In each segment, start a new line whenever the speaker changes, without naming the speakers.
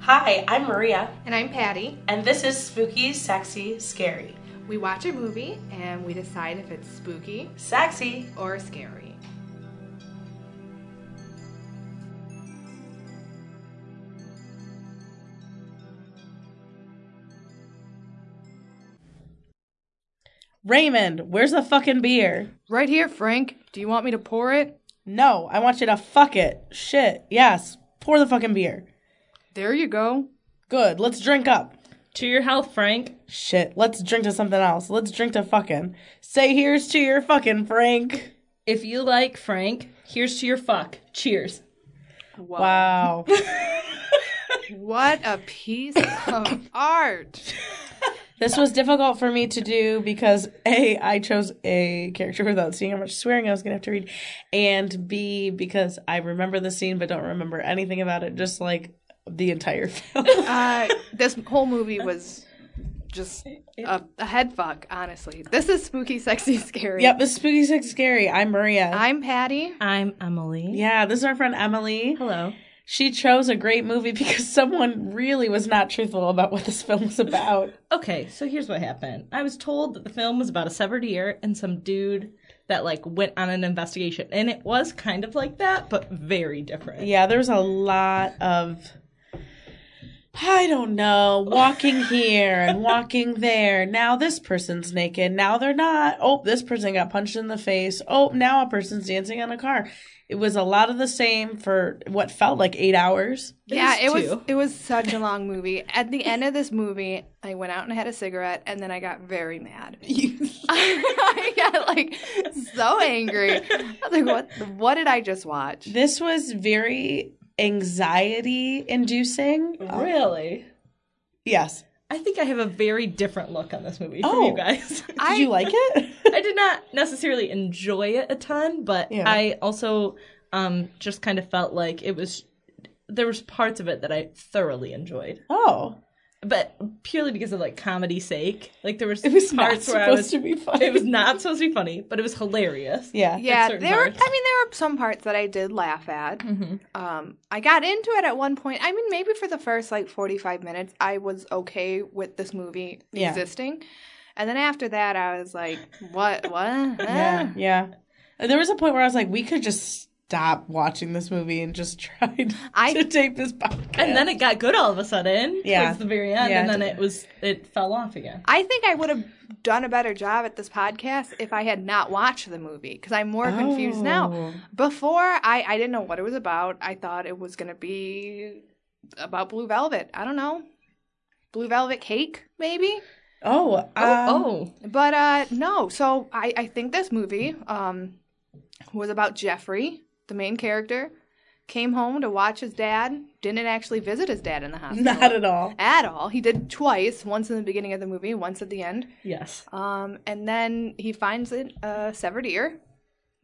Hi, I'm Maria,
And I'm Patty.
and this is Spooky, Sexy, Scary.
We watch a movie and we decide if it's spooky
Sexy!
or scary.
Raymond, where's the fucking beer?
Right here, Frank. Do you want me to pour it?
No, I want you to fuck it. Shit, yes, pour the fucking beer.
There you go.
Good, let's drink up.
To your health, Frank.
Shit, let's drink to something else. Let's drink to fucking. Say here's to your fucking Frank.
If you like Frank, here's to your fuck. Cheers.
Wha-
Wow.
What a piece of art.
This was difficult for me to do because A, I chose a character without seeing how much swearing I was going to have to read, and B, because I remember the scene but don't remember anything about it, just like the entire film.
Uh, this whole movie was just a, a head fuck, honestly. This is spooky, sexy, scary.
yep, this is Spooky Sex Scary. I'm Maria.
I'm Patty.
I'm Emily.
yeah, this is our friend Emily.
Hello.
She chose a great movie because someone really was not truthful about what this film was about.
Okay, so here's what happened. I was told that the film was about a severed ear and some dude that like went on an investigation, and it was kind of like that, but very different.
Yeah, there's a lot of I don't know, walking here and walking there. Now this person's naked. Now they're not. Oh, this person got punched in the face. Oh, now a person's dancing on a car. It was a lot of the same for what felt like eight hours.
Yeah, it was
two.
it was such a long movie. At the end of this movie, I went out and had a cigarette, and then I got very mad. I got like so angry. I was like, "What? What did I just watch?"
This was very anxiety inducing.
Mm-hmm. Really?
Yes.
I think I have a very different look on this movie from
Oh.
you guys.
Did you like it?
I did not necessarily enjoy it a ton, but
Yeah.
I also um, just kind of felt like it was there was parts of it that I thoroughly enjoyed,
oh.
but purely because of like comedy sake. Like there was
It was not
parts where I
supposed
was
to be funny.
it was not supposed to be funny, but it was hilarious.
yeah.
yeah,
certain
there. Were, I mean,
parts.
there were some parts that I did laugh at. Um, I got into it at one point. I mean, maybe for the first like forty-five minutes, I was okay with this movie
Yeah.
existing, and then after that, I was like, "What? What?"
Yeah,
Ah.
yeah. There was a point where I was like, we could just stop watching this movie and just try to,
I-
to tape this podcast.
And then it got good all of a sudden
Yeah.
towards the very end,
Yeah,
and
it
then it was it fell off again.
I think I would have done a better job at this podcast if I had not watched the movie because I'm more confused now.
Oh.
Before, I, I didn't know what it was about. I thought it was going to be about Blue Velvet. I don't know. Blue Velvet cake, maybe?
oh, um,
oh,
But uh, no. So I, I think this movie um, was about Jeffrey, the main character, came home to watch his dad, didn't actually visit his dad in the hospital.
not at all.
at all. He did twice, once in the beginning of the movie, once at the end.
yes,
Um, and then he finds it a severed ear.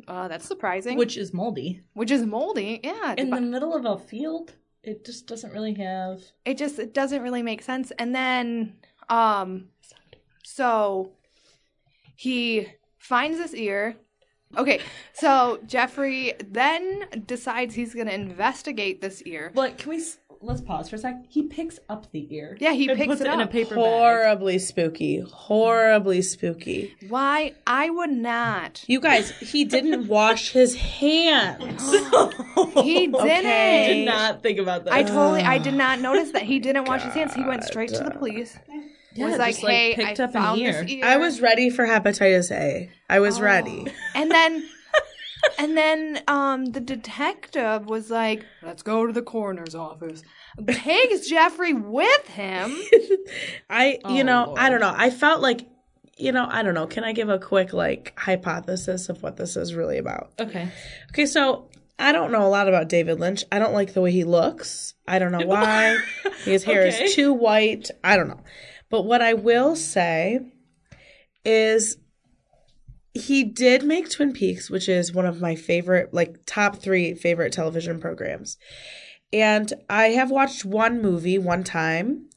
Uh, that's surprising.
which is moldy
which is moldy. Yeah,
in
but
the middle of a field. It just doesn't really have.
it just it doesn't really make sense. And then, um, so he finds this ear. Okay, so Jeffrey then decides he's gonna investigate this ear.
Like, can we? s- Let's pause for a sec. He picks up the ear.
Yeah, he
and
picks
puts
it
it, in a
up.
paper bag.
Horribly spooky. Horribly spooky.
Why I would not.
You guys, he didn't wash his hands.
He didn't.
Okay.
I did not think about that.
I totally, I did not notice that he didn't wash his hands. He went straight to the police. was like,
just, like,
hey,
picked
I
up an
found this
ear."
ear.
I was ready for hepatitis A. I was ready.
Oh.
and then, and then, um, the detective was like, "Let's go to the coroner's office." Takes Jeffrey with him.
I, you
Oh,
know, I
Lord.
don't know. I felt like, you know, I don't know. Can I give a quick, like, hypothesis of what this is really about?
okay.
Okay, so I don't know a lot about David Lynch. I don't like the way he looks. I don't know why. His hair
Okay.
is too white. I don't know. But what I will say is he did make Twin Peaks, which is one of my favorite, like top three favorite television programs. And I have watched one movie one time.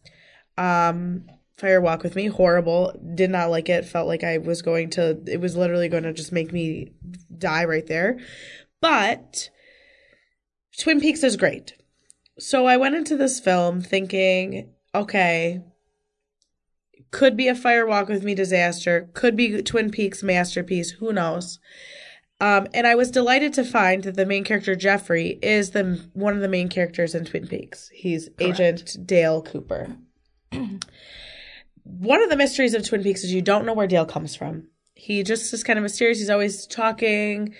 Um, Fire Walk with Me, horrible. Did not like it. Felt like I was going to, it was literally going to just make me die right there. But Twin Peaks is great.
So I went into this film thinking, okay, could be a Fire Walk with Me disaster, could be Twin Peaks masterpiece, who knows? Um, and I was delighted to find that the main character Jeffrey is the one of the main characters in Twin Peaks. He's Agent Dale Cooper. one of the mysteries of Twin Peaks is you don't know where Dale comes from. He just is kind of mysterious. He's always talking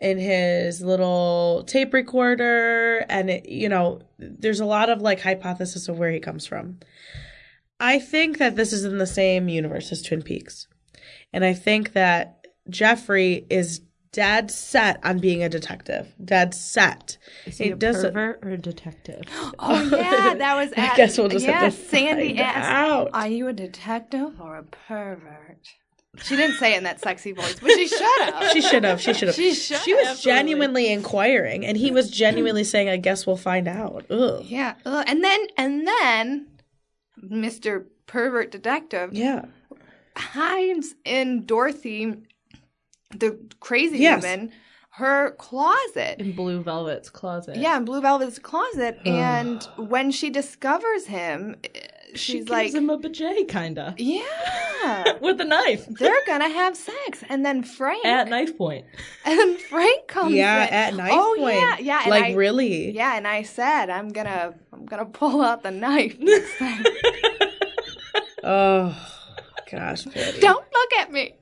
in his little tape recorder, and it, you know, there's a lot of like hypothesis of where he comes from. I think that this is in the same universe as Twin Peaks, and I think that Jeffrey is dead set on being a detective. Dead set.
Is he
It
a
doesn't-
pervert or a detective?
Oh yeah, that was.
I
At,
guess we'll just
yeah,
have to
Sandy
find
asked,
out.
"Are you a detective or a pervert?" She didn't say it in that sexy voice, but she should have.
She should have. She should have.
She should
She was
have,
genuinely inquiring, and he was genuinely saying, "I guess we'll find out." Ugh.
yeah, ugh, and then and then, Mister Pervert Detective
Yeah.
hides in Dorothy, the crazy
Yes.
woman, her closet.
in Blue Velvet's closet.
Yeah, in Blue Velvet's closet. and when she discovers him, eh, she's
she gives
like,
him a bidet, kinda
Yeah,
with a knife
they're gonna have sex. And then Frank,
at knife point.
and then Frank comes
Yeah.
in.
At knife
oh,
point.
Yeah, yeah. And
Like
I,
really.
Yeah, and I said, I'm gonna, I'm gonna pull out the knife. next time."
Oh gosh. Betty.
don't look at me.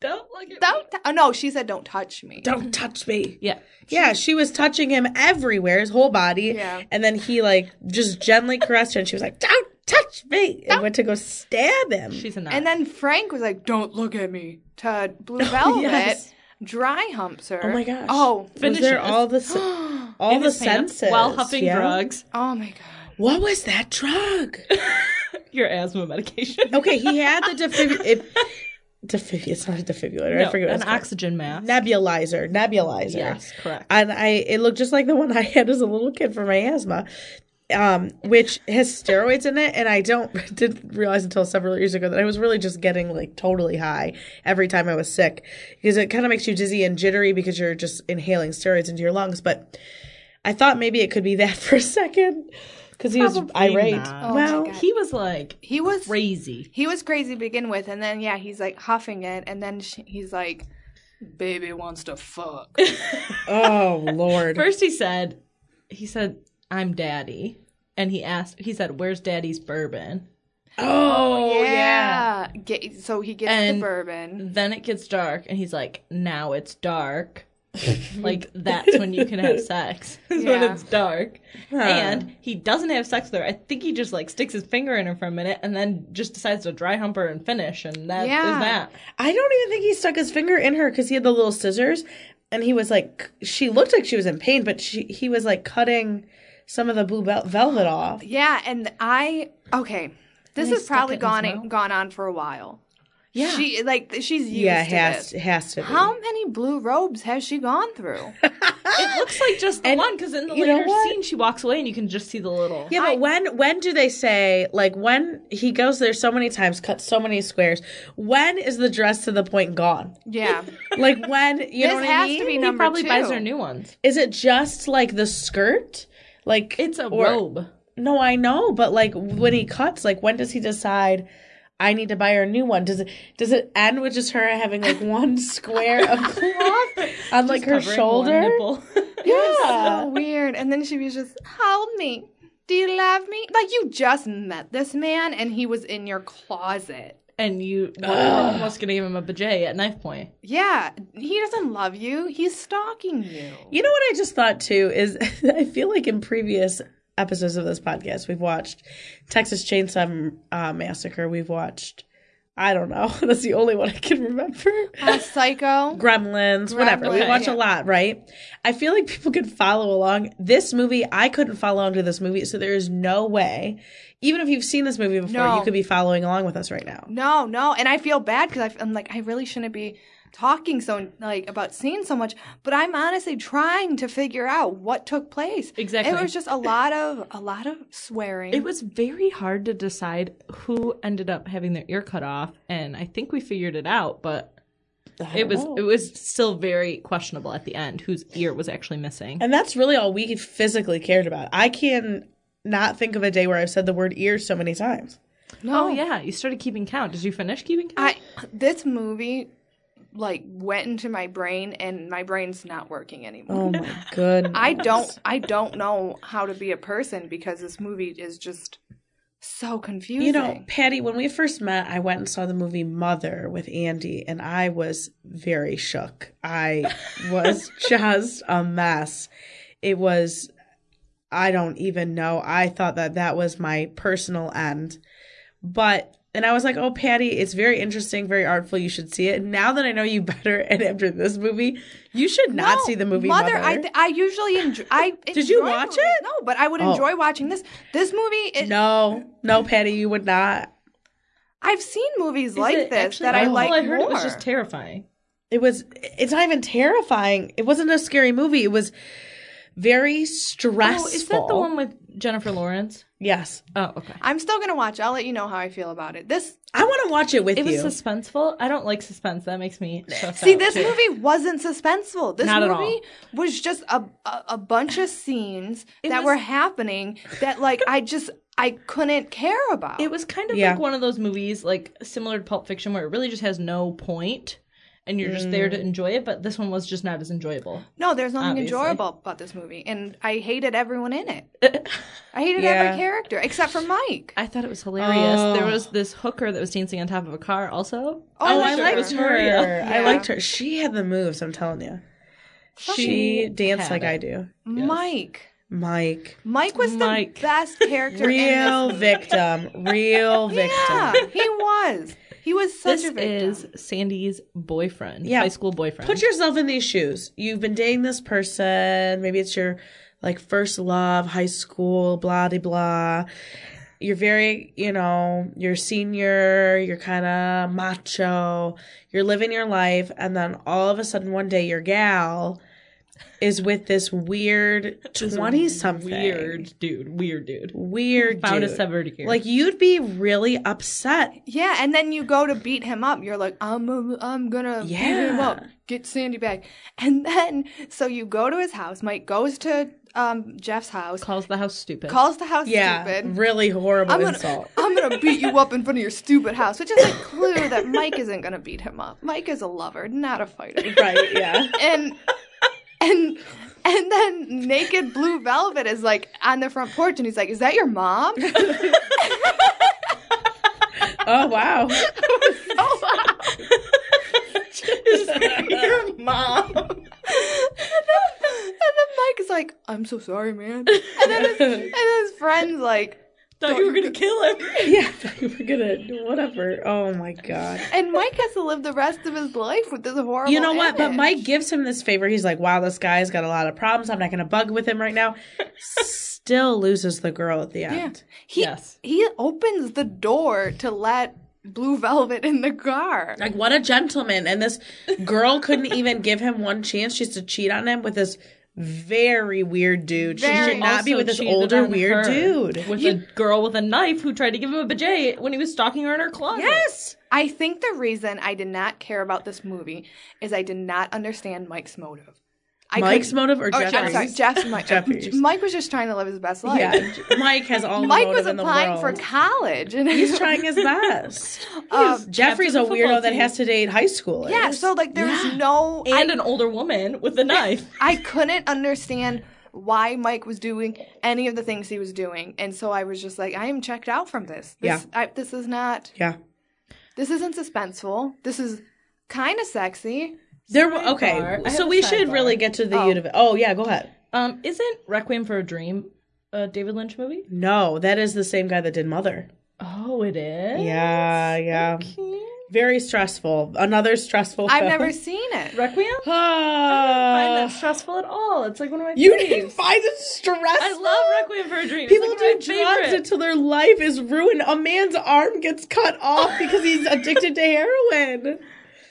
Don't look at
Don't. T- oh, no, she said, don't touch me.
Don't touch me.
Yeah,
Yeah, she was touching him everywhere, his whole body.
Yeah.
And then he like just gently caressed her and she was like, Don't touch me and went to go stab him.
she's a knife.
And then Frank was like, "Don't look at me." To Blue Velvet,
yes.
dry humps her.
oh my gosh.
Oh,
was there
finishes.
all the se- all
In
the
his pants
senses
while huffing
yeah?
drugs.
oh my god.
What was that drug?
Your asthma medication.
Okay, he had the defib if defib it's not a defibrillator.
No,
I forget what
an
it's called.
oxygen mask.
nebulizer. Nebulizer.
Yes, correct.
and I it looked just like the one I had as a little kid for my asthma, um, which has steroids in it. And I don't didn't realize until several years ago that I was really just getting like totally high every time I was sick because it kind of makes you dizzy and jittery because you're just inhaling steroids into your lungs. But I thought maybe it could be that for a second because he was
Probably
irate.
not.
well,
God.
he was like
He was
crazy.
he was crazy to begin with, and then yeah, he's like huffing it, and then she, he's like, "Baby wants to fuck."
oh lord.
First, he said, he said, "I'm daddy," and he asked, he said, "Where's daddy's bourbon?"
oh
Get- so he gets
And-
the bourbon.
Then it gets dark, and he's like, "Now it's dark." like that's when you can have sex. Is
Yeah.
when it's dark. And he doesn't have sex with her. I think he just like sticks his finger in her for a minute, and then just decides to dry hump her and finish, and that is
Yeah.
that.
I don't even think he stuck his finger in her because he had the little scissors, and he was like, she looked like she was in pain, but she he was like cutting some of the blue vel- velvet off.
Yeah, and I okay. This
And he
has probably gone
stuck it in his mouth.
gone on for a while.
Yeah.
she like she's used
yeah,
to
it has
this.
it has to. Be.
How many blue robes has she gone through?
It looks like just the
And
one because in the
you know
later
what?
scene she walks away and you can just see the little.
Yeah, but when when do they say like when he goes there so many times, cuts so many squares? When is the dress to the point gone?
Yeah,
Like when you know
This
what I
has
mean?
to be
He
number
probably
two.
buys her new ones.
Is it just like the skirt? Like
It's a
or-
robe.
No, I know, but like when he cuts, like when does he decide I need to buy her a new one? Does it does it end with just her having like one square of cloth on like her
Covering one
shoulder?
nipple.
Yeah.
so weird. And then she was just, "Hold me. Do you love me?" Like you just met this man, and he was in your closet.
and you were almost gonna give him a bidet at knife point.
Yeah, he doesn't love you. He's stalking you.
You know what I just thought too is I feel like in previous episodes of this podcast we've watched Texas Chainsaw uh, Massacre, we've watched I don't know. That's the only one I can remember.
A psycho.
Gremlins, whatever. We
Gremlins,
watch
yeah.
a lot, right? I feel like people could follow along. This movie, I couldn't follow along to this movie, so there is no way. Even if you've seen this movie before,
No.
you could be following along with us right now.
No, no, and I feel bad because I'm like I really shouldn't be talking so like about seeing so much, but I'm honestly trying to figure out what took place.
Exactly.
it was just a lot of a lot of swearing.
It was very hard to decide who ended up having their ear cut off, and I think we figured it out, but
I
It
don't
was
know.
it was still very questionable at the end whose ear was actually missing.
And that's really all we physically cared about. I can not think of a day where I've said the word ear so many times.
No,
Oh yeah, you started keeping count. Did you finish keeping count?
I this movie like went into my brain and my brain's not working anymore.
Oh my goodness.
I don't I don't know how to be a person because this movie is just so confusing.
You know, Patty, when we first met, I went and saw the movie Mother with Andy, and I was very shook. I was just a mess. It was, I don't even know. I thought that that was my personal end. But, and I was like, oh, Patty, it's very interesting, very artful. You should see it. Now that I know you better, and after this movie, you should not
No,
see the movie Mother.
Mother. I th- I usually enjoy. I
Did you
enjoy
watch
movies.
it?
No, but I would
Oh.
enjoy watching this. This movie. It,
no, no, Patty, you would not.
I've seen movies
Is
like
it
this
actually-
that I
all
like
I heard
more.
it was just terrifying.
it was it's not even terrifying it wasn't a scary movie it was very stressful
Oh, is that the one with Jennifer Lawrence?
yes
Oh, okay.
I'm still gonna watch. it. I'll let you know how I feel about it. This
i want to watch it with
It was
you
suspenseful. I don't like suspense. That makes me stressed
see
out,
this
too.
movie wasn't suspenseful. This
Not at all.
movie was just a a, a bunch of scenes that
was-
were happening that like I just I couldn't care about.
It was kind of
Yeah.
like one of those movies, like similar to Pulp Fiction, where it really just has no point, and you're just there to enjoy it. But this one was just not as enjoyable.
no, there's nothing
Obviously.
enjoyable about this movie, and I hated everyone in it. I hated
Yeah.
every character except for Mike.
I thought it was hilarious.
Oh.
There was this hooker that was dancing on top of a car. Also,
oh
for
i
sure. It
liked
was
her
Maria.
i
Yeah.
liked her she had the moves i'm telling you she
She
danced
had
like
it.
i do
Mike.
mike
Mike was
Mike.
the best character in
real
this.
victim real victim
Yeah, he was. He was such
this
a victim.
is Sandy's boyfriend,
Yeah.
high school boyfriend.
Put yourself in these shoes. You've been dating this person. Maybe it's your like first love, high school, blah de blah. You're very, you know, you're senior, you're kind of macho, you're living your life, and then all of a sudden one day your gal is with this weird 20 something.
weird dude, weird dude.
Weird.
Found a
dude.
severed ear.
Like you'd be really upset.
Yeah, and then you go to beat him up. You're like, I'm, I'm, I'm gonna beat him
Yeah.
up. Get Sandy back. And then, so you go to his house. Mike goes to um, Jeff's house,
calls the house stupid.
calls the house
Yeah.
stupid.
Really horrible
I'm gonna,
insult.
I'm gonna beat you up in front of your stupid house, which is a clue that Mike isn't gonna beat him up. Mike is a lover, not a fighter.
right, yeah.
and and and then naked blue velvet is like on the front porch and he's like is that your mom
Oh wow.
Is that your mom?
and then mike is like i'm so sorry man and then his, and his friend's like
Thought you were gonna kill him.
Yeah, you were gonna whatever. Oh my god.
and mike has to live the rest of his life with this horrible
You know what? But
image.
Mike gives him this favor. He's like, "Wow, this guy's got a lot of problems. I'm not gonna bug with him right now." Still loses the girl at the
yeah.
end.
he
Yes.
he opens the door to let blue velvet in the car
Like, what a gentleman! And this girl couldn't even give him one chance. She's to cheat on him with this very weird dude. She
Very.
should not be
Also
with this
cheated
older
on
weird
her
dude.
With a girl with a knife who tried to give him a bidet when he was stalking her in her closet.
yes.
i think the reason i did not care about this movie is i did not understand mike's motive I
Mike's
couldn't-
motive or
Oh, Jeff-
Jeffrey's?
sorry, Jeff's Mike.
Jeffrey's.
Mike was just trying to live his best life.
Yeah, Mike has all the
Mike
motive
was
in the
applying for
world.
college, and
He's trying his best.
Um,
Jeffrey's a
captain of the football
weirdo that
team.
has to date high schoolers.
yeah, so like there was no, I,
And an older woman with a knife.
I couldn't understand why Mike was doing any of the things he was doing, and so I was just like, I am checked out from this. this I, this is not.
yeah.
This isn't suspenseful. This is kind of sexy.
There were okay.
Sidebar. I
So
have
we
a
should
sidebar.
really get to the oh. Oh yeah, go ahead.
Um, isn't Requiem for a Dream a David Lynch movie?
No, that is the same guy that did Mother.
Oh, it is.
Yeah, yeah. Very stressful. Another stressful.
I've
film.
never seen it.
Requiem? I find
Oh.
that stressful at all. It's like one of my
You
faves.
didn't find it stressful.
I love Requiem for a Dream. It's
People
like one
do
of
drugs
my favorites.
until their life is ruined. A man's arm gets cut off because he's addicted to heroin.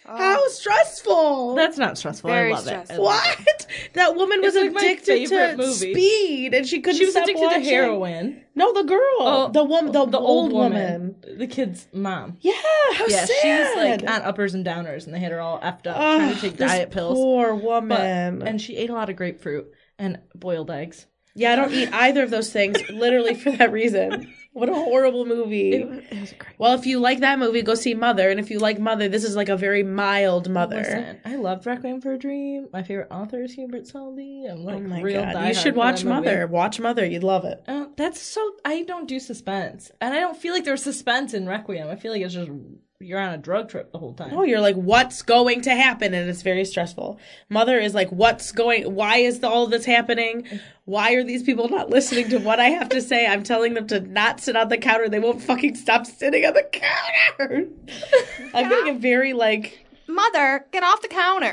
Oh.
How stressful.
That's not stressful.
Very
I love
stressful.
it.
what? That woman was
It's like my
addicted to
favorite movie.
speed and she couldn't
She was
stop
addicted
watching.
to heroin.
No, the girl.
Oh,
the woman the, old woman.
The kid's mom.
Yeah, how
Yeah,
sad.
she was like on uppers and downers, and they had her all effed up trying
Ugh,
to take
this
diet pills.
Poor
But-
woman.
and she ate a lot of grapefruit and boiled eggs.
yeah, I don't eat either of those things literally for that reason. What a horrible movie.
was great.
Well, if you like that movie, go see Mother. And if you like Mother, this is like a very mild Mother.
Listen, I loved Requiem for a Dream. My favorite author is Hubert Selby. I'm like
oh my
real
god,
diehard
you should
for
watch
that movie.
Mother. Watch Mother, you'd love it.
Uh, that's so. I don't do suspense, and I don't feel like there's suspense in Requiem. I feel like it's just you're on a drug trip the whole time.
Oh, you're like, what's going to happen? And it's very stressful. Mother is like, what's going? Why is all this happening? Why are these people not listening to what I have to say? I'm telling them to not sit on the counter. They won't fucking stop sitting on the counter. I'm getting a very like
Mother, get off the counter.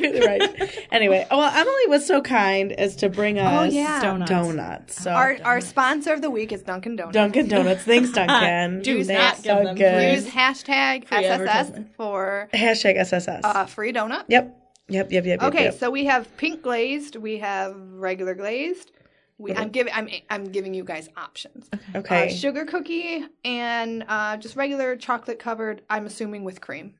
right. Anyway, well, Emily was so kind as to bring us
Oh, yeah.
donuts.
Donuts.
So
our our sponsor of the week is Dunkin' Donuts.
Dunkin' Donuts. Thanks, Dunkin'.
Do not
Thanks,
give them
Dunkin'.
Use hashtag
Free
SSS
advertisement.
for
Hashtag SSS.
uh, free donut.
yep. Yep. Yep. Yep.
Okay,
Yep, yep.
so we have pink glazed, we have regular glazed. We, I'm giving I'm I'm giving you guys options. Uh,
okay.
sugar cookie and uh, just regular chocolate covered. I'm assuming with cream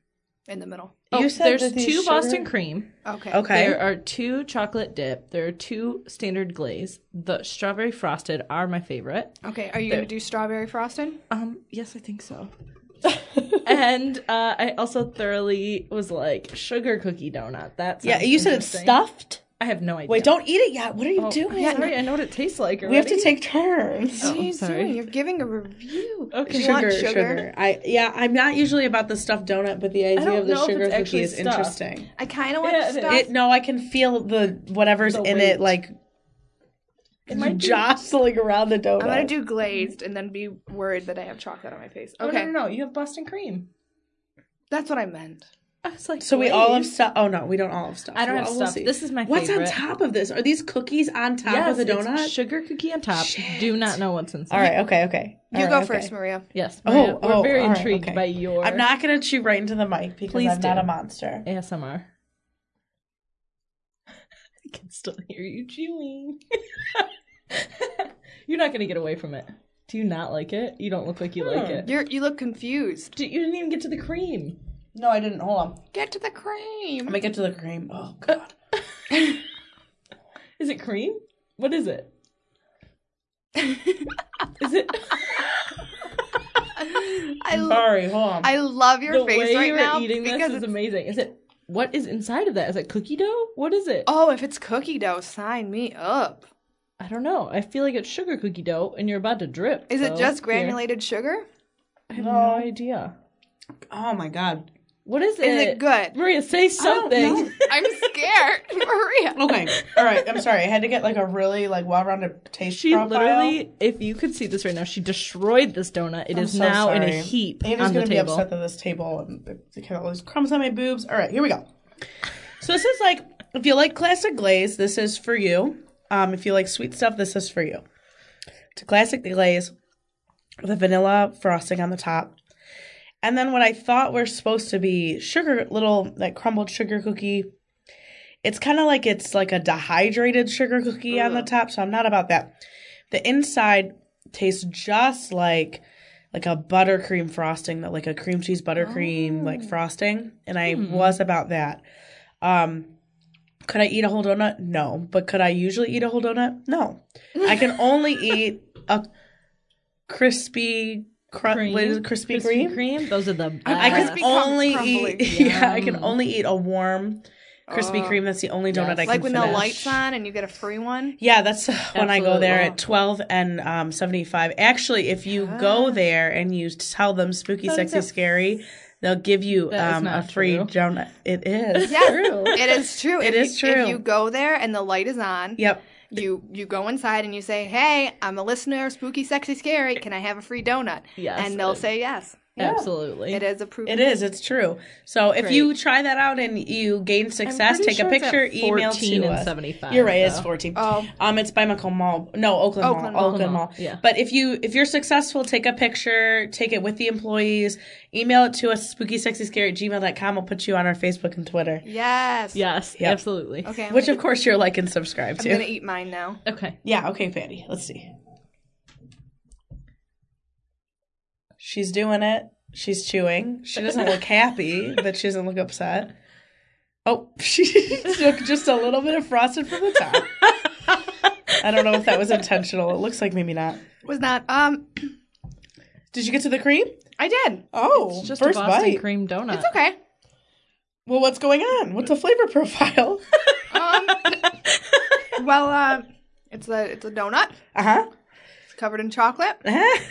in the middle.
You
Oh,
said
there's
that these
two
sugar-
Boston cream.
Okay.
okay.
There are two chocolate dip. There are two standard glaze. The strawberry frosted are my favorite.
Okay. Are you gonna do strawberry frosting?
Um, yes, I think so. and uh, I also thoroughly was like sugar cookie donut. That's
yeah. You said it's stuffed.
I have no idea.
Wait, don't eat it yet. What are you doing?
Oh, Yeah, sorry, I know what it tastes like.
we have to
already.
take turns.
What are you
sorry.
doing? You're giving a review.
Okay.
You want
sugar, sugar. I yeah, I'm not usually about the stuffed donut, but the idea
don't
of the
know if
sugar
it's
cookie
actually
is
stuffed.
interesting.
I kind of want
Yeah, it
stuff.
It no, I can feel the whatever's
The
in
weight.
it like
It might be-
jostling around the donut.
I'm gonna do glazed and then be worried that I have chocolate on my face.
Oh,
Okay,
no, no, no. You have Boston cream.
that's what I meant.
I was like,
so we all have
glaze.
stuff. Oh no, we don't all have stuff.
I don't
Well,
have
we'll
stuff.
see.
This is my
what's
favorite.
on top of this? Are these cookies on top
Yes,
of the
it's
donut?
sugar cookie on top. Do not know what's inside.
all right. Okay. Okay.
You
All
go
right, okay.
first, Maria.
Yes.
Oh,
Maria, we're
oh,
very
all right,
intrigued
okay.
by your
I'm not gonna chew right into the mic because
Please
I'm not
do.
a monster.
ASMR. I can still hear you chewing. You're not going to get away from it. Do you not like it? You don't look like you like
Hmm.
it.
You're you look confused.
D- You didn't even get to the cream.
No, I didn't. Hold on.
Get to the
I'm
cream.
gonna get to the cream. Oh god.
Is it cream? What is it? is it
I l-
Sorry. Hold on.
I love your
the
face
way
right
you're
now
eating this
because
is
it's-
amazing? Is it what is inside of that? Is it cookie dough? What is it?
oh, if it's cookie dough, sign me up.
I don't know. I feel like it's sugar cookie dough, and you're about to drip.
Is
so
it just
here.
granulated sugar?
I have
No.
no idea.
oh my god.
What is it?
Is it good?
Maria, say something.
know.
I'm scared, Maria.
Okay. All right. I'm sorry. I had to get like a really like well-rounded taste
She
profile.
literally, if you could see this right now, she destroyed this donut. It is
I'm so
now in a
sorry.
heap
Amy's
on the
gonna be
table.
upset that this table and they kind of all these crumbs on my boobs. All right, here we go. So this is like if you like classic glaze, this is for you. Um, if you like sweet stuff, this is for you. It's a classic glaze with a vanilla frosting on the top. And then what I thought were supposed to be sugar little like crumbled sugar cookie. It's kind of like it's like a dehydrated sugar cookie on the top, so I'm not about that. The inside tastes just like like a buttercream frosting, that like a cream cheese buttercream like frosting, and I was about that. Um could I eat a whole donut? No, but could I usually eat a whole donut? No. I can only eat a crispy cru- what is it, crispy, cream.
Those are the
I
best.
can
Crispy crumb-
only
crumbly.
eat yeah, I can only eat a warm Krispy Kreme. That's the only donut
Yes.
I can
Like when the
finish.
lights on and you get a free one.
Yeah, that's when I go there
Absolutely.
at 12 and um, 75. Actually, if you
Ah.
go there and you tell them spooky, sexy, scary, they'll give you
That is
um, a
not
free
true.
donut. It is.
Yes, it is true.
It
If
is
you-
true.
If you go there and the light is on,
Yep.
you you go inside and you say, "Hey, I'm a listener, of spooky, sexy, scary. Can I have a free donut?"
Yes.
and they'll say yes. Yeah.
Absolutely.
It is a proof.
It is. It's true. So if
Great.
you try that out and you gain success,
pretty
take
sure
a
it's at
picture, email
14
to
and
us.
75,
You're right. It's
though.
14.
Oh.
Um, it's by McComb Mall. No, Oakland,
Oakland
Mall.
Mall.
Oakland Mall.
Yeah.
But if you if you're successful, take a picture, take it with the employees, email it to us, spookysexyscary at gmail.com. We'll put you on our Facebook and Twitter,
Yes.
Yes,
Yep.
absolutely.
Okay. I'm,
which of course you're like and subscribe
I'm gonna
to.
eat mine now.
Okay.
Yeah. Okay, Patty. Let's see. She's doing it. She's chewing. She doesn't look happy, but she doesn't look upset. Oh, she took just a little bit of frosting from the top. I don't know if that was intentional. It looks like maybe not.
Was not. Um,
Did you get to the cream?
I did.
Oh,
It's just
first
a Boston
bite.
cream donut.
It's okay.
Well, what's going on? What's the flavor profile?
Um, well, uh, it's a it's a donut.
uh
It's covered in chocolate
huh.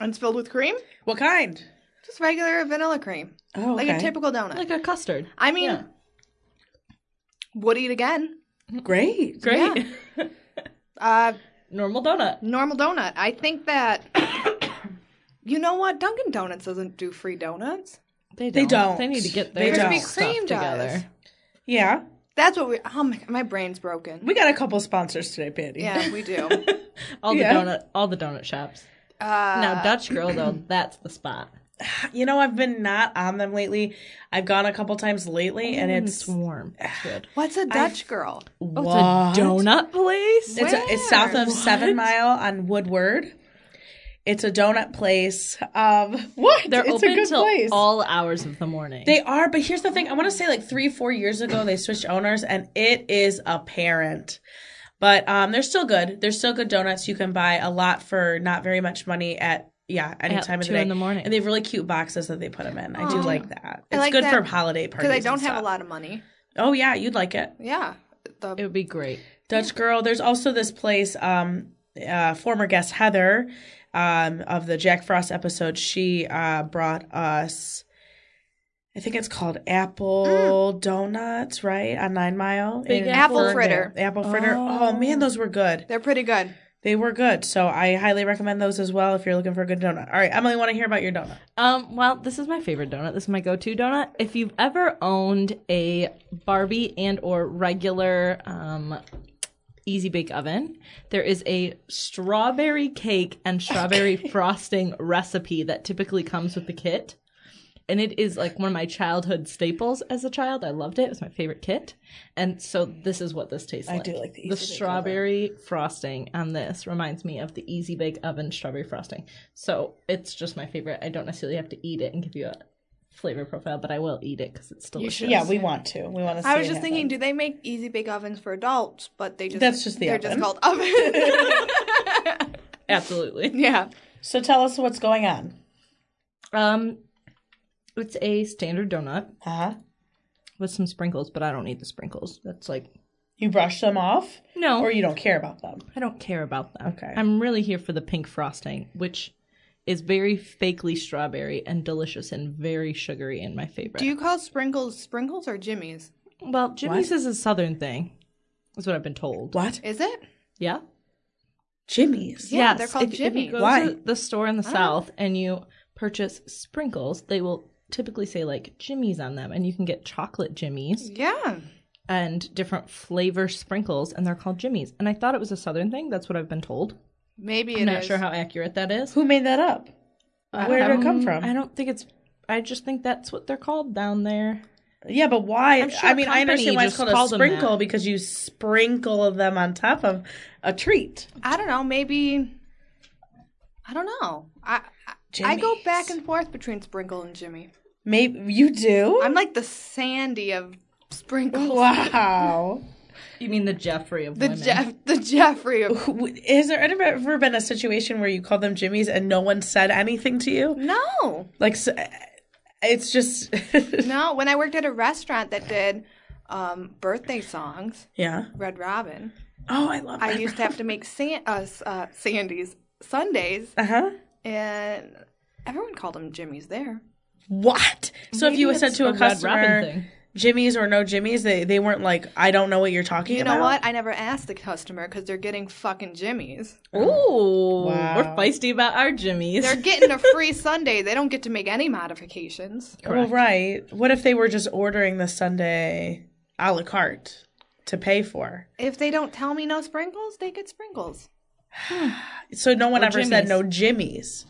and it's filled with cream.
what kind?
Just regular vanilla cream,
Oh,
like a typical donut.
Like a custard.
I mean,
yeah.
would eat again.
Great.
Great.
Uh,
Normal donut.
normal donut. I think that. You know what? Dunkin' Donuts doesn't do free donuts.
They don't.
They don't.
They need to get
They
their
don't.
stuff
Krispy Kreme does.
together.
Yeah,
That's what we. Oh my! My brain's broken.
we got a couple sponsors today, Patty.
yeah, we do.
All the
Yeah.
donut. All the donut shops.
Uh,
now Dutch Girl though, that's the spot.
You know, I've been not on them lately. I've gone a couple times lately, and
Mm,
it's
warm. It's good.
what's a Dutch girl?
Oh, it's a
What?
donut place.
It's, a, it's south
Where?
of Seven Mile on Woodward. It's a donut place. Um, what?
They're
it's
open
a good
till
place.
all hours of the morning.
They are, but here's the thing. I want to say like three, four years ago they switched owners, and it is apparent. But um, they're still good. They're still good donuts. You can buy a lot for not very much money at yeah any
At
time of the
two
day.
in the morning.
and they have really cute boxes that they put them in. I do
Aw.
like that.
I
It's
like
good
that
for holiday parties.
Because I don't
and
have a
stuff.
lot of money.
Oh yeah, you'd like it,
Yeah. The,
it would be great.
Dutch girl. There's also this place. Um, uh, former guest Heather, um, of the Jack Frost episode, she uh brought us. I think it's called Apple Donuts, right? On Nine Mile.
Big
in
Mm. Apple
Ferndale.
fritter.
Apple fritter. Oh.
Oh.
man, those were good.
they're pretty good.
They were good. So I highly recommend those as well if you're looking for a good donut. All right, Emily, want to hear about your donut?
Um, well, this is my favorite donut. This is my go-to donut. If you've ever owned a Barbie and or regular um easy bake oven, there is a strawberry cake and strawberry frosting recipe that typically comes with the kit. And it is like one of my childhood staples as a child. I loved it. It was my favorite kit. And so this is what this tastes
I
like.
do like the Easy
the
Bake Oven.
strawberry frosting on this reminds me of the Easy Bake Oven strawberry frosting. So it's just my favorite. I don't necessarily have to eat it and give you a flavor profile, but I will eat it because it's delicious.
Yeah, we want to. We want to.
I was
see it
just
happen.
thinking, do they make easy bake ovens for adults? But they just
That's just the
they're
oven.
just called ovens.
Absolutely.
yeah.
So tell us what's going on.
Um, it's a standard donut
Uh huh.
with some sprinkles, but I don't need the sprinkles. That's like
You brush them off,
no,
or you don't care about them.
I don't care about them.
Okay.
I'm really here for the pink frosting, which is very fakely strawberry and delicious and very sugary and my favorite.
Do you call sprinkles sprinkles or jimmies?
well, Jimmy's is a southern thing. That's what I've been told.
What?
Is it?
Yeah.
Jimmy's.
Yeah, they're called
if, if you
Jimmy's.
go
Why?
to the store in the
don't know.
south and you purchase sprinkles, they will typically say like Jimmy's on them, and you can get chocolate Jimmy's.
Yeah.
and different flavor sprinkles, and they're called Jimmy's. And I thought it was a Southern thing. That's what I've been told.
Maybe
I'm
it
not
is.
sure how accurate that is.
Who made that up? Where did it come
Um,
from?
I don't think it's. I just think that's what they're called down there.
Yeah, but why?
I'm sure
I mean, I
company
understand why it's
just
called
called
a
them
sprinkle
that.
because you sprinkle them on top of a treat.
I don't know. Maybe. I don't know. I I, I go
Jimmy's.
back and forth between sprinkle and Jimmy.
Maybe you do.
I'm like the Sandy of sprinkles.
wow.
You mean the Jeffrey of
The Jeff, the Jeffrey of
Has there ever- ever been a situation where you called them Jimmy's and no one said anything to you?
no.
Like, s- it's just.
No, when I worked at a restaurant that did um, birthday songs,
yeah.
Red Robin,
Oh, I love.
I used to have to make san- uh, s- uh, Sandy's Sundays,
Uh huh.
and everyone called them Jimmy's there.
What? So if you
Maybe
said
it's
to a,
Red Robin
customer,
thing.
Jimmy's or no Jimmy's, they they weren't like, I don't know what you're talking
You
about.
know what? I never asked the customer because they're getting fucking Jimmy's.
Ooh,
Wow.
we're feisty about our jimmies.
They're getting a free Sunday. They don't get to make any modifications.
Well, right. What if they were just ordering the Sunday a la carte to pay for?
If they don't tell me no sprinkles, they get sprinkles.
So no one
Or
ever said
Jimmy's.
no Jimmy's.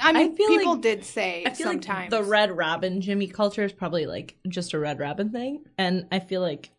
I mean,
feel
people
like-
did say
I feel
sometimes.
like the Red Robin Jimmy culture is probably like just a Red Robin thing, and I feel like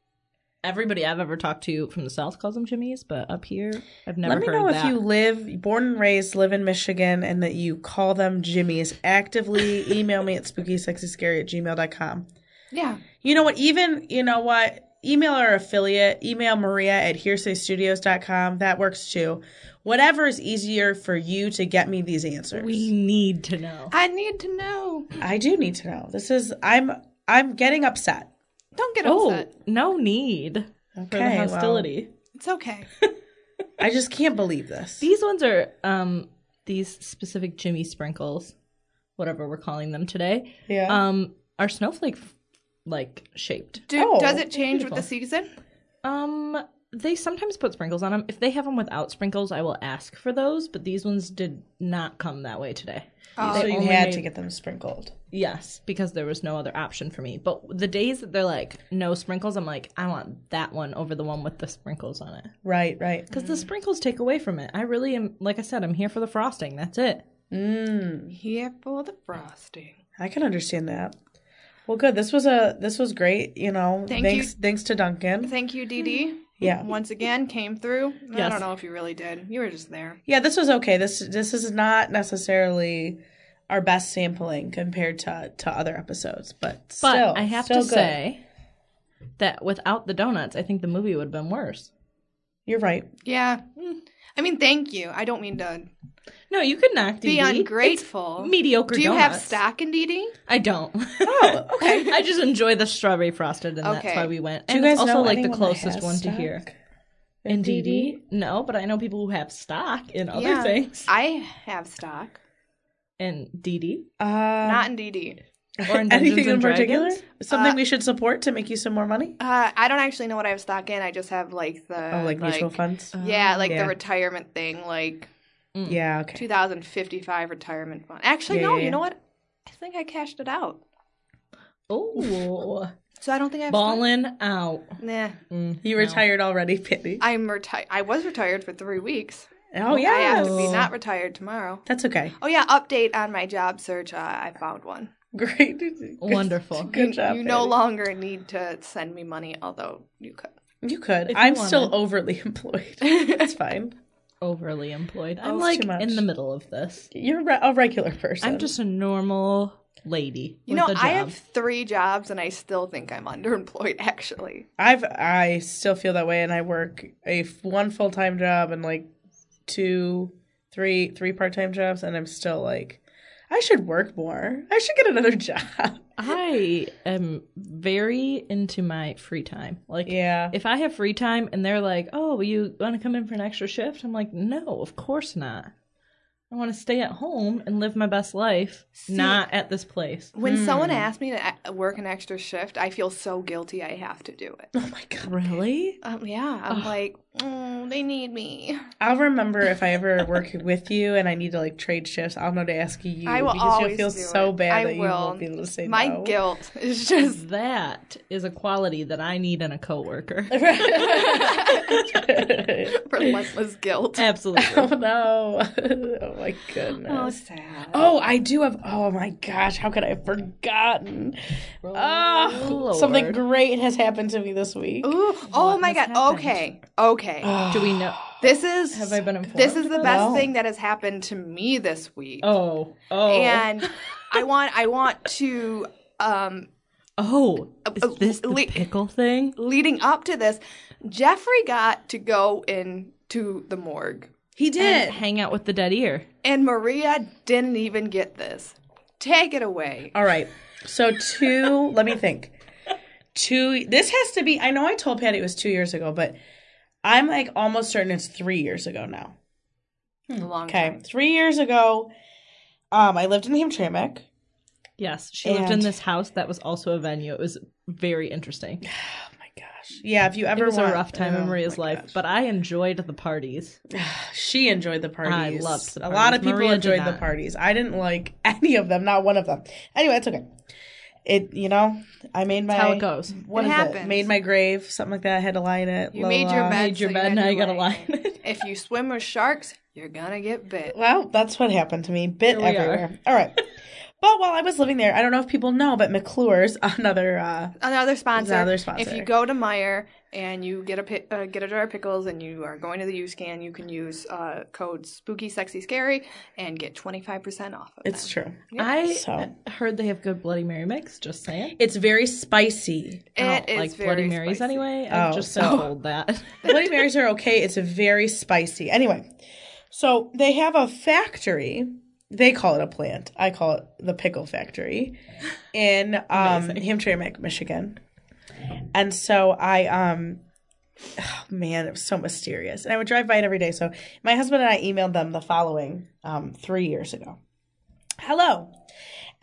everybody I've ever talked to from the South calls them Jimmys, but up here I've never
Let me
heard
know
that.
if you live, born and raised, live in Michigan, and that you call them Jimmy's. Actively email me at spookysexyscary at gmail.com.
yeah.
You know what? Even, you know what? Email our affiliate, email Maria at hearsaystudios.com. That works too. Whatever is easier for you to get me these answers.
we need to know.
I need to know.
I do need to know. This is, I'm, I'm getting upset.
Don't get
Oh,
upset.
no need for the
Okay, well,
hostility.
It's okay.
I just can't believe this.
These ones are um these specific Jimmy sprinkles, whatever we're calling them today.
Yeah.
Um, are snowflake like shaped.
Do,
Oh,
does it change with the
beautiful.
season?
Um, they sometimes put sprinkles on them. If they have them without sprinkles, I will ask for those. But these ones did not come that way today.
Oh,
so you
only
had
made-
to get them sprinkled.
Yes, because there was no other option for me. But the days that they're like no sprinkles, I'm like I want that one over the one with the sprinkles on it
Right, right.
because the sprinkles take away from it. I really am. Like I said, I'm here for the frosting. That's it.
Mm,
here for the frosting.
I can understand that. Well, good. This was a this was great. You know,
Thank
thanks
you.
thanks to Duncan.
Thank you, DD.
Yeah,
Once again, came through. I
Yes.
don't know if you really did. You were just there.
yeah. This was okay. This this is not necessarily our best sampling compared to to other episodes, but
But
still,
I have to
still good.
say that without the donuts, I think the movie would have been worse.
you're right.
Yeah.
Hmm.
I mean, thank you. I don't mean to
No, you could knock
be
DD.
ungrateful.
It's mediocre.
Do you have
donuts.
stock in DD?
I don't.
Oh, okay.
I just enjoy the strawberry frosted, and
Okay.
that's why we went.
Do
And
you guys
it's also
know
like the
anyone that
closest
has
one to
stock?
here. In DD? No, but I know people who have stock in other
Yeah.
things.
I have stock.
In DD
Um,
Not in DD.
or in Dungeons
anything in
and
particular?
Dragons.
Something
Uh,
we should support to make you some more money?
Uh, I don't actually know what I have stock in. I just have like the
oh,
uh,
like, mutual funds.
Yeah, like
yeah.
the retirement thing, like
yeah. Okay.
2055 retirement fund. Actually,
Yeah,
no.
yeah,
You
yeah.
know what? I think I cashed it out.
Oh,
So I don't think I have stock.
balling out.
Nah,
Mm,
You
no.
retired already, Pitty.
I'm retired. I was retired for three weeks.
Oh
I have
yeah.
to be not retired tomorrow.
That's okay.
Oh yeah, update on my job search. Uh, I found one.
Great.
Wonderful.
Good
you,
job.
You no
Patty.
longer need to send me money, although you could.
You could.
If you
I'm still
wanted.
overly employed. It's fine.
Overly employed. I'm
it's
like
too much.
in the middle of this.
You're re- a regular person.
I'm just a normal lady.
You
with
know,
a
I
job.
have three jobs and I still think I'm underemployed, actually.
I've. I still feel that way, and I work a f- one full time job and like two, three, three part time jobs, and I'm still like, I should work more. I should get another job.
I am very into my free time. Like,
Yeah.
if I have free time and they're like, "Oh, you want to come in for an extra shift?" I'm like, "No, of course not. I want to stay at home and live my best life, not at this place."
When someone asks me to a- work an extra shift, I feel so guilty I have to do it.
Oh my god.
Really?
Um, yeah, I'm like, oh, they need me.
I'll remember if I ever work with you and I need to like trade shifts. I'll know to ask you.
I will
because
always
you'll
do
feel so
it.
bad
I
that you
will.
won't be able to say
My
no.
guilt is just
That is a quality that I need in a coworker.
relentless guilt.
oh
Absolutely.
no! oh my goodness.
sad.
Oh, I do have. Oh my gosh, how could I have forgotten? Oh,
Lord.
something great has happened to me this week.
Ooh, oh my god.
has happened?
Okay. Okay.
Do we know?
This is
Have I been informed?
this is the
about
best
No.
thing that has happened to me this week.
it? Oh, oh,
And I want I want to um
oh! Is this the
le-
pickle thing?
leading up to this, Jeffrey got to go in to the morgue.
He did.
Hang out with the dead ear.
And Maria didn't even get this. Take it away.
All right. So two. let me think. Two. This has to be. I know I told Patty it was two years ago, but I'm like almost certain it's three years ago now.
A long
Okay,
time.
three years ago, um, I lived in Hamtramck.
Yes, she lived in
And-
this house that was also a venue. It was very interesting.
Oh my gosh. Yeah, if you ever
It was
want,
a rough time
oh
in Maria's
my
life,
gosh.
but I enjoyed the parties.
she enjoyed the parties.
loved the
A lot
parties.
of people
Maria did
enjoyed the
not.
parties. I didn't like any of them, not one of them. Anyway, it's okay. It you know, I made my
That's how it goes.
What
It
is
happens.
Made my grave, something like that. I had to lie in it.
You
la,
made
la,
your
la.
bed.
uh, Made your
so
bed,
gotta
now you
be
gotta
laying
lie.
it. if you swim with sharks, you're gonna get bit.
Well, that's what happened to me.
Here
Bit
we
everywhere. All right. But while I was living there, I don't know if people know, but McClure's another uh
Another sponsor.
Another sponsor.
If you go to Meyer and you get a pi- uh, get a jar of pickles and you are going to the U scan, you can use uh, code Spooky Sexy Scary and get twenty five percent off. Of
it's
them.
true.
I
So.
heard they have good Bloody Mary mix. Just saying.
It's very spicy.
It
I don't
is
Oh, like
very
Bloody Marys
spicy.
anyway. I've
Oh,
just
so-
been told that.
Bloody Marys are okay. It's very spicy. Anyway, so they have a factory. They call it a plant. I call it the pickle factory in um, Hamtramck, Michigan. And so I, um, oh, man, it was so mysterious. And I would drive by it every day. So my husband and I emailed them the following um, three years ago. Hello.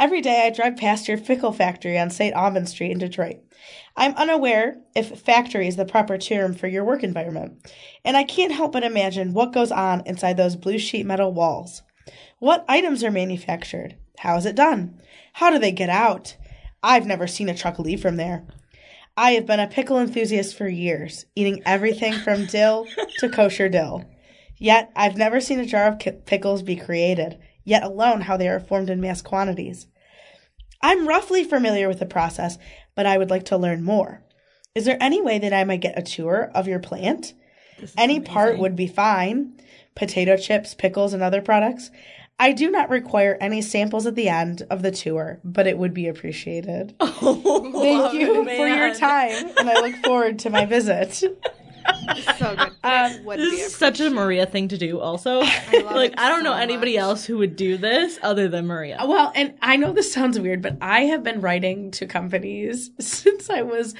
Every day I drive past your pickle factory on St. Aubin Street in Detroit. I'm unaware if factory is the proper term for your work environment, and I can't help but imagine what goes on inside those blue sheet metal walls. What items are manufactured? How is it done? How do they get out? I've never seen a truck leave from there. I have been a pickle enthusiast for years, eating everything from dill to kosher dill. Yet, I've never seen a jar of ki- pickles be created, yet alone how they are formed in mass quantities. I'm roughly familiar with the process, but I would like to learn more. Is there any way that I might get a tour of your plant? Any part would be fine potato chips, pickles, and other products. I do not require any samples at the end of the tour, but it would be appreciated. Thank you for your time, and I look forward to my visit.
So good. That would be
Um, This is such a Maria thing to do. Also,
love
like
it
I don't
so
know anybody
much.
else who would do this other than Maria.
Uh, Well, and I know this sounds weird, but I have been writing to companies since I was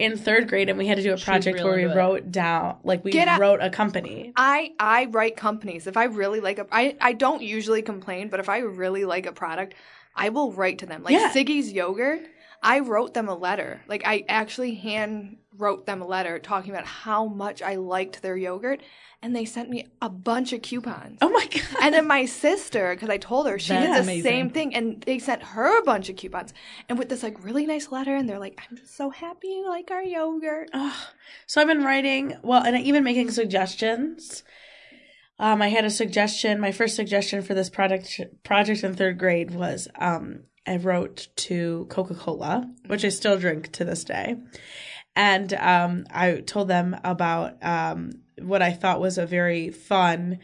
in third grade, and we had to do a project
really
where we
do it.
wrote down, like we
Get out-
wrote a company.
I I write companies. If I really like a, I I don't usually complain, but if I really like a product, I will write to them. Like
Yeah.
Siggy's yogurt, I wrote them a letter. Like I actually hand wrote them a letter talking about how much I liked their yogurt, and they sent me a bunch of coupons.
Oh my god!
And then my sister, because I told her she did
That's
the
amazing.
same thing, and they sent her a bunch of coupons, and with this like really nice letter, and they're like, "I'm just so happy you like our yogurt."
So I've been writing, well, and even making suggestions. Um, I had a suggestion. My first suggestion for this product project in third grade was um, I wrote to Coca Cola, which I still drink to this day, and um, I told them about um, what I thought was a very fun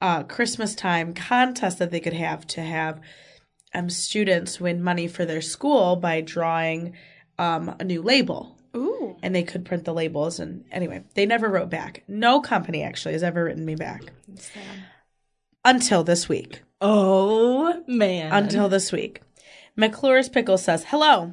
uh, Christmas time contest that they could have to have um, students win money for their school by drawing um, a new label
Ooh.
and they could print the labels and anyway they never wrote back no company actually has ever written me back until this week
oh man!
until this week mcclure's pickle says hello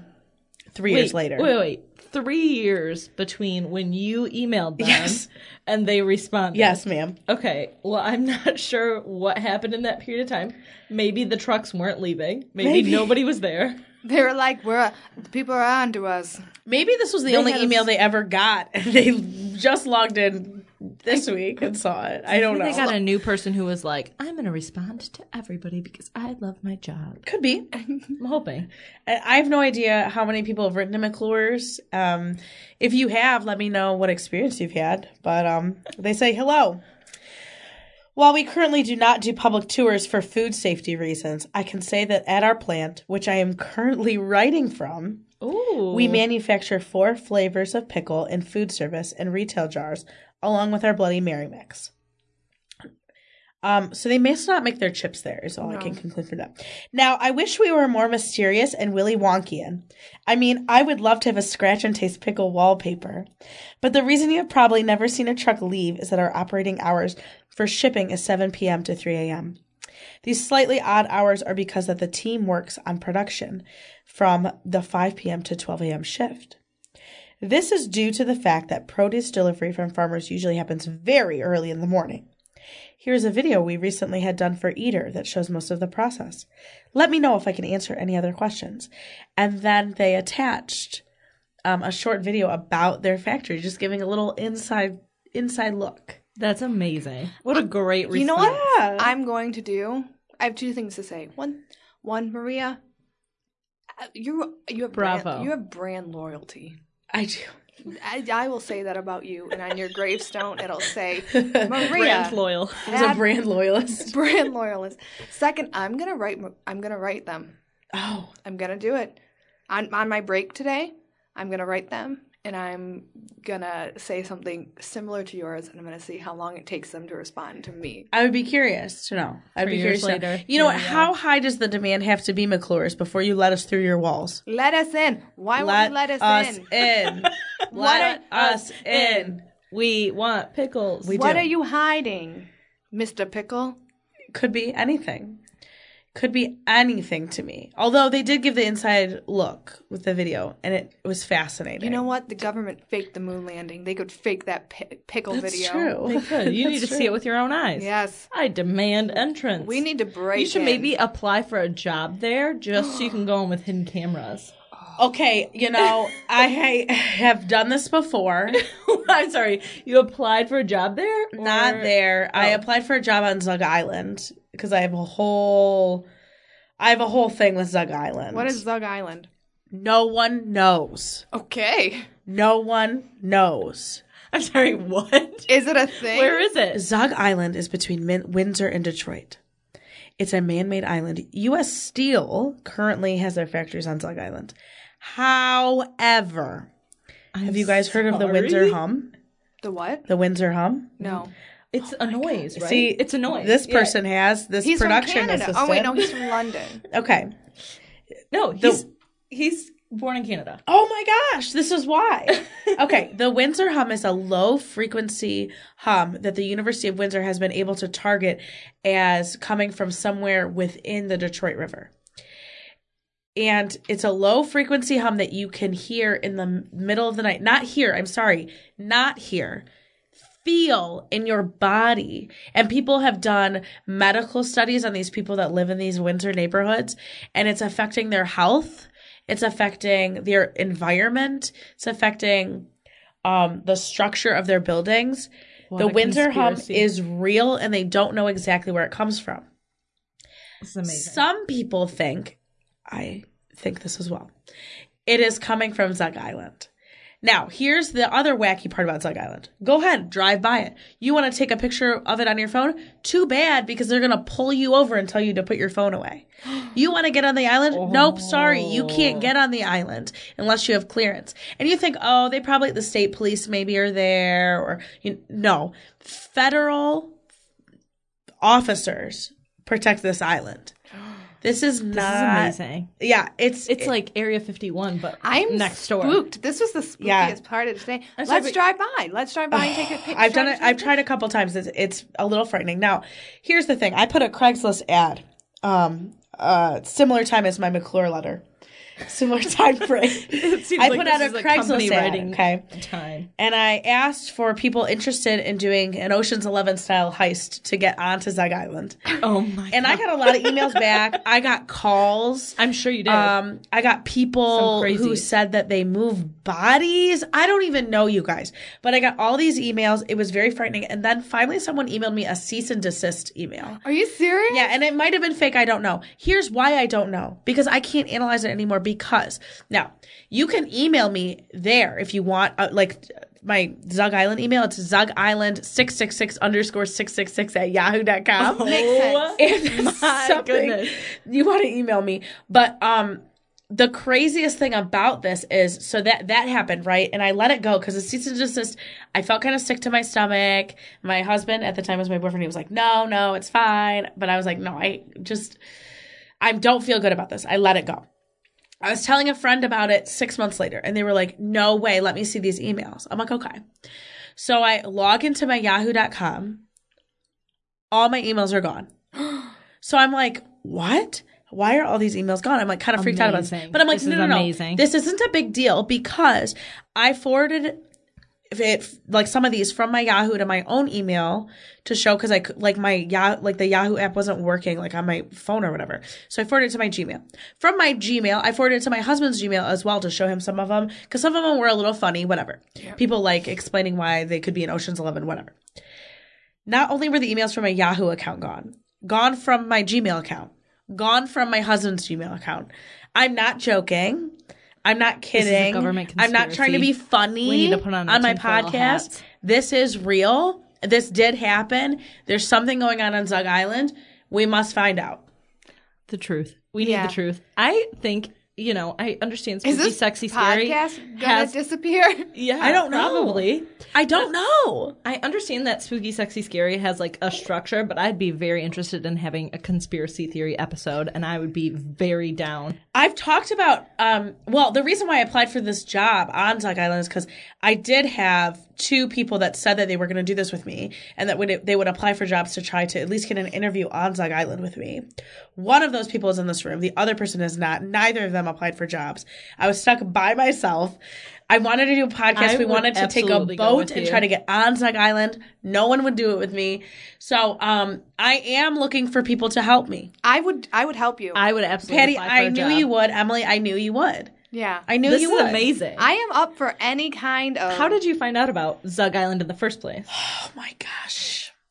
three years later
Wait, wait, three years between when you emailed them
Yes.
and they responded.
yes ma'am
Okay. Well, I'm not sure what happened in that period of time. Maybe the trucks weren't leaving. Maybe,
Maybe.
nobody was there.
They were like, "We're people are on to us."
maybe this was the only
had a
email
s-
they ever got and they just logged in this week and saw it i don't know
They got a new person who was like, "I'm going to respond to everybody because I love my job."
could be
I'm hoping.
I I have no idea how many people have written to McClure's. Um, if you have, let me know what experience you've had. But um, they say hello. While we currently do not do public tours for food safety reasons, I can say that at our plant, which I am currently writing from,
Ooh.
we manufacture four flavors of pickle in food service and retail jars, along with our Bloody Mary mix. Um, so they must not make their chips there, is all I can conclude from that. Now, I wish we were more mysterious and Willy Wonkian. I mean, I would love to have a scratch and taste pickle wallpaper. But the reason you have probably never seen a truck leave is that our operating hours for shipping is 7 p.m. to 3 a.m. These slightly odd hours are because that the team works on production from the 5 p.m. to 12 a.m. shift. This is due to the fact that produce delivery from farmers usually happens very early in the morning. Here's a video we recently had done for Eater that shows most of the process. Let me know if I can answer any other questions. And then they attached um, a short video about their factory, just giving a little inside inside look.
That's amazing. What a great response.
You know what?
Yeah.
I'm going to do. I have two things to say. One, one Maria, uh, you you have
Bravo.
Brand, you have brand loyalty.
I do.
I, I will say that about you, and on your gravestone it'll say
Brand
Maria
loyal.
As a
Ad-
brand loyalist.
brand loyalist. Second, I'm gonna write. I'm gonna write them.
Oh,
I'm gonna do it. On on my break today, I'm gonna write them, and I'm gonna say something similar to yours, and I'm gonna see how long it takes them to respond to me.
I would be curious to know. I'd
Three
be
years
curious to know.
later,
You know
here we
what? How high does the demand have to be, McClure's, before you let us through your walls?
Let us in. Why won't you let us, in?
let
are-
us in.
We want pickles.
We-
What
do.
are you hiding, Mr. Pickle?
Could be anything. Could be anything to me. Although they did give the inside look with the video, and it was fascinating.
You know what? The government faked the moon landing. They could fake that pi- pickle
That's
video.
true.
They could. You need to
That's
see
true.
it with your own eyes.
Yes.
I demand entrance.
We need to break.
You should
in.
maybe apply for a job there just so you can go in with hidden cameras.
Okay, you know I ha- have done this before.
I'm sorry. You applied for a job there?
Not
Or-
there. I applied for a job on Zug Island because I have a whole, I have a whole thing with Zug Island.
What is Zug Island?
No one knows.
Okay.
No one knows.
I'm sorry. What?
Is it a thing?
Where is it?
Zog Island is between Min- Windsor and Detroit. It's a man made island. U.S. Steel currently has their factories on Zog Island. However, have you guys heard of the Windsor Hum?
the what?
The Windsor Hum?
No.
It's a noise, right?
Oh See,
it's a noise.
This
Yeah.
person has this
He's from
production
Canada.
assistant.
Oh wait, no, he's from London.
Okay.
No, he's he's born in Canada.
Oh my gosh, this is why. okay, the Windsor hum is a low frequency hum that the University of Windsor has been able to target as coming from somewhere within the Detroit River. And it's a low frequency hum that you can hear in the m- middle of the night. Not here, I'm sorry, not here. Feel in your body. And people have done medical studies on these people that live in these Windsor neighborhoods, and it's affecting their health it's affecting their environment it's affecting um, the structure of their buildings
What
the
a
windsor hum
conspiracy.
is real and they don't know exactly where it comes from
This is amazing.
some people think i think this as well it is coming from zug island now here's the other wacky part about zug island go ahead drive by it you want to take a picture of it on your phone too bad because they're going to pull you over and tell you to put your phone away you want to get on the island? Nope, sorry. You can't get on the island unless you have clearance. And you think, oh, they probably, the state police maybe are there or, you, no. Federal officers protect this island. This is
this is
not.
amazing.
Yeah, it's,
It's like Area 51, but
I'm
next door.
spooked. This was the spookiest
Yeah.
part of today.
I'm
Let's
sorry,
drive by. Let's drive by and take a picture.
I've done it. I've tried a couple times. It's, it's a little frightening. Now, here's the thing. I put a Craigslist ad, um, uh, similar time as my McClure letter, similar time frame.
It seems
I
like
put
this
out a
is company
Craigslist ad,
writing
okay.
time.
and I asked for people interested in doing an Ocean's Eleven style heist to get onto Zug Island.
Oh my!
And I got a lot of emails back. I got calls.
I'm sure you did.
Um, I got
Some
people
crazy.
who said that they move bodies. I don't even know you guys, but I got all these emails. It was very frightening. And then finally, someone emailed me a cease and desist email.
Are you serious?
Yeah, and it might have been fake. I don't know. Here's why I don't know because I can't analyze it anymore. Because now you can email me there if you want, uh, like my Zug Island email. It's Zug Island six six six underscore six six six at yahoo.com.
Oh
makes sense.
If there's
my
something
goodness.
you want to email me, but um. The craziest thing about this is so that that happened right, and I let it go because the cease and desist. I felt kind of sick to my stomach. My husband at the time was my boyfriend. He was like, "No, no, it's fine," but I was like, "No, I just I don't feel good about this. I let it go. I was telling a friend about it six months later, and they were like, no way, let me see these emails. I'm like, okay. So I log into my yahoo.com. All my emails are gone. So I'm like, what? Why are all these emails gone? I'm like kind of freaked out about this.
Amazing.
But I'm like,
This
no,
is
no, no.
amazing.
This isn't a big deal because I forwarded if it like some of these from my Yahoo to my own email to show because I cou- like my Yahoo like the Yahoo app wasn't working like on my phone or whatever. So I forwarded it to my Gmail. From my Gmail, I forwarded it to my husband's Gmail as well to show him some of them because some of them were a little funny, whatever. People like explaining why they could be in Ocean's Eleven, whatever. Not only were the emails from my Yahoo account gone, gone from my Gmail account, gone from my husband's Gmail account. I'm not joking. I'm not
is a
kidding.
government
I'm not trying to be
conspiracy.
funny
We need to put on our
my
tinfoil
podcast.
hats.
This is real. This did happen. There's something going on on Zug Island. We must find out.
The truth. We
Yeah.
need the truth. I think you know. I understand.
Is
spooky,
this
sexy, scary
podcast gonna
has-
disappear?
yeah,
I don't know.
probably.
I don't know.
I understand that spooky, sexy, scary has like a structure, but I'd be very interested in having a conspiracy theory episode, and I would be very down.
I've talked about um well, the reason why I applied for this job on Zug Island is cuz I did have two people that said that they were going to do this with me and that would they would apply for jobs to try to at least get an interview on Zug Island with me. One of those people is in this room, the other person is not. Neither of them applied for jobs. I was stuck by myself. I wanted to do a podcast.
I
we
would
wanted to take a
absolutely go
boat
with
and
you.
try to get on Zug Island. No one would do it with me. So, um I am looking for people to help me.
I would I would help you.
I would absolutely.
Patty,
apply for
I
a
knew
job.
you would. Emily, I knew you would.
yeah.
I knew
This
you
is
would.
amazing.
I am up for any kind of
How did you find out about Zug Island in the first place?
Oh my gosh.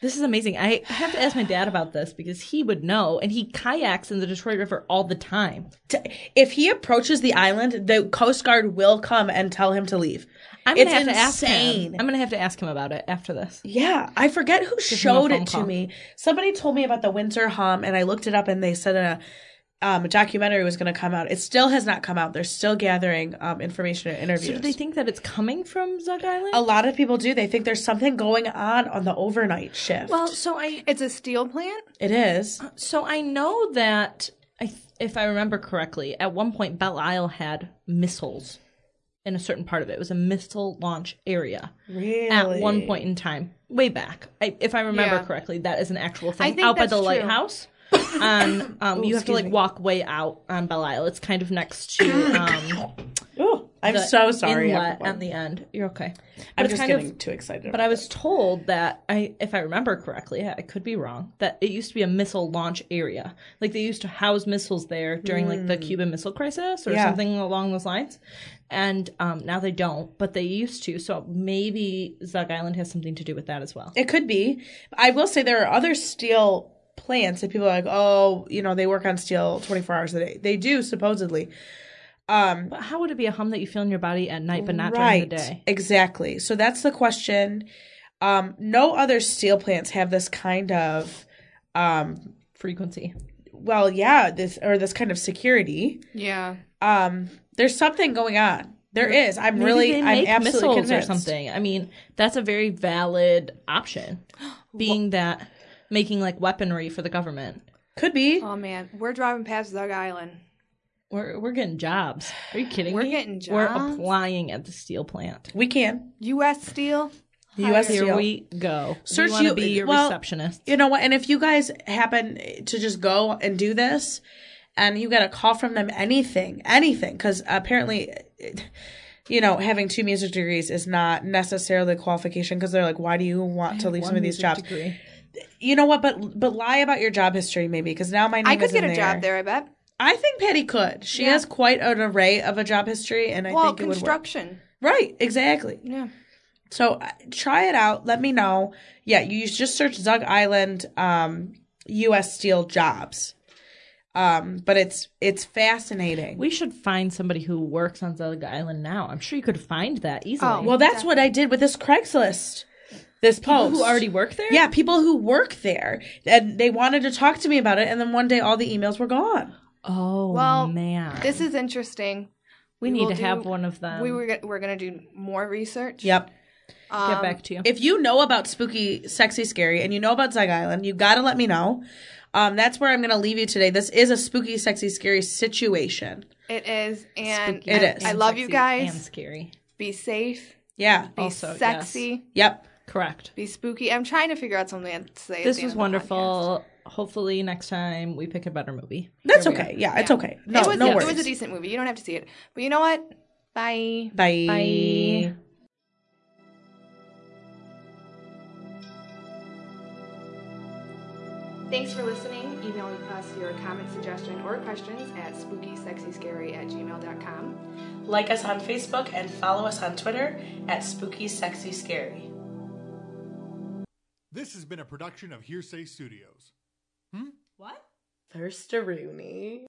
This is amazing. I have to ask my dad about this because he would know, and he kayaks in the Detroit River all the time.
T- If he approaches the island, the Coast Guard will come and tell him to leave.
I'm gonna
It's
have to ask
insane.
him. I'm gonna have to ask him about it after this.
Yeah, I forget who
him a
showed
phone
it to
call.
me. Somebody told me about the winter hum, and I looked it up, and they said a, um, a documentary was going to come out. It still has not come out. They're still gathering um, information and interviews.
So, do they think that it's coming from Zug Island?
a lot of people do. They think there's something going on on the overnight shift.
well, uh, so I
It's a steel plant?
it is.
So I know that I, th- if I remember correctly, at one point Belle Isle had missiles in a certain part of it. It was a missile launch area
Really?
at one point in time, way back. I, if I remember
Yeah.
correctly, that is an actual thing
think
out by
that's
the
true.
lighthouse. on um, you have to
Oh, excuse
like
me.
walk way out on Belle Isle. It's kind of next to um,
Ooh, I'm
the
so sorry.
inlet
everyone.
at the end. You're okay. But
I'm
it's
just
kind of-
getting too excited.
but I was told that I, if I remember correctly, I could be wrong, that it used to be a missile launch area. Like they used to house missiles there during like the Cuban Missile Crisis or
Yeah.
something along those lines, and um, now they don't, but they used to. So maybe Zug Island has something to do with that as well.
It could be. I will say there are other steel plants that people are like, oh, you know, they work on steel 24 hours a day. They do, supposedly. Um,
But how would it be a hum that you feel in your body at night but not during
right.
the day?
Exactly. So that's the question. Um, no other steel plants have this kind of, um,
Frequency.
well, yeah, this or this kind of security.
Yeah.
Um, there's something going on. There is. I'm
Maybe
really,
they
I'm
make
absolutely
missiles
convinced.
or something. I mean, that's a very valid option, being that making like weaponry for the government.
Could be.
Oh man, we're driving past Zug Island.
We're we're getting jobs. Are you kidding
We're
me?
getting
We're
jobs.
applying at the steel plant.
We can.
U.S. Steel.
U.S.
Here
Steel.
we go.
Search
we want
you-
to be your
well,
receptionist.
You know what? And if you guys happen to just go and do this, and you get a call from them, anything, anything, because apparently, it- you know, having two music degrees is not necessarily a qualification. Because they're like, why do you want to leave some of these jobs?
Degree.
You know what? But but lie about your job history, maybe, because now my name
I could
is
get
in
a job there. I bet.
I think Patty could. She
Yeah.
has quite an array of a job history, and I
well,
think it would work.
construction.
Right? Exactly.
Yeah.
So uh, try it out. Let me know. Yeah, you just search Zug Island um, U.S. Steel jobs. Um, but it's it's fascinating.
We should find somebody who works on Zelig Island now. I'm sure you could find that easily.
Oh,
well, that's what I did with this Craigslist. This post.
Oh, who already work there?
Yeah, people who work there, and they wanted to talk to me about it, and then one day all the emails were gone.
Oh
Well,
man,
This is interesting.
we
we
need
will
to have
do-
one of them.
we were go- we're gonna do more research.
Yep.
Um,
get back to you.
If you know about spooky, sexy, scary, and you know about Zag Island, you gotta let me know. Um, that's where I'm gonna leave you today. This is a spooky, sexy, scary situation.
It is, and
Spooky
It
and
is.
I
and
love you
sexy
guys.
And scary.
Be safe.
Yeah.
Be
Also, yes.
sexy.
Yep.
Correct.
Be spooky. I'm trying to figure out something to say. at the
This
end
was
of the podcast.
wonderful. Hopefully, next time we pick a better movie.
That's
Here we
okay. Yeah, it's
Yeah.
okay. No,
it was
no
a,
worries.
it was a decent movie. You don't have to see it, but you know what? Bye.
Bye.
Bye.
Thanks for listening. Email us your comment, suggestion, or questions at spookysexyscary at gmail.com.
Like us on Facebook and follow us on Twitter at Spooky Sexy Scary.
This has been a production of Hearsay Studios.
What?
Thirsteroony.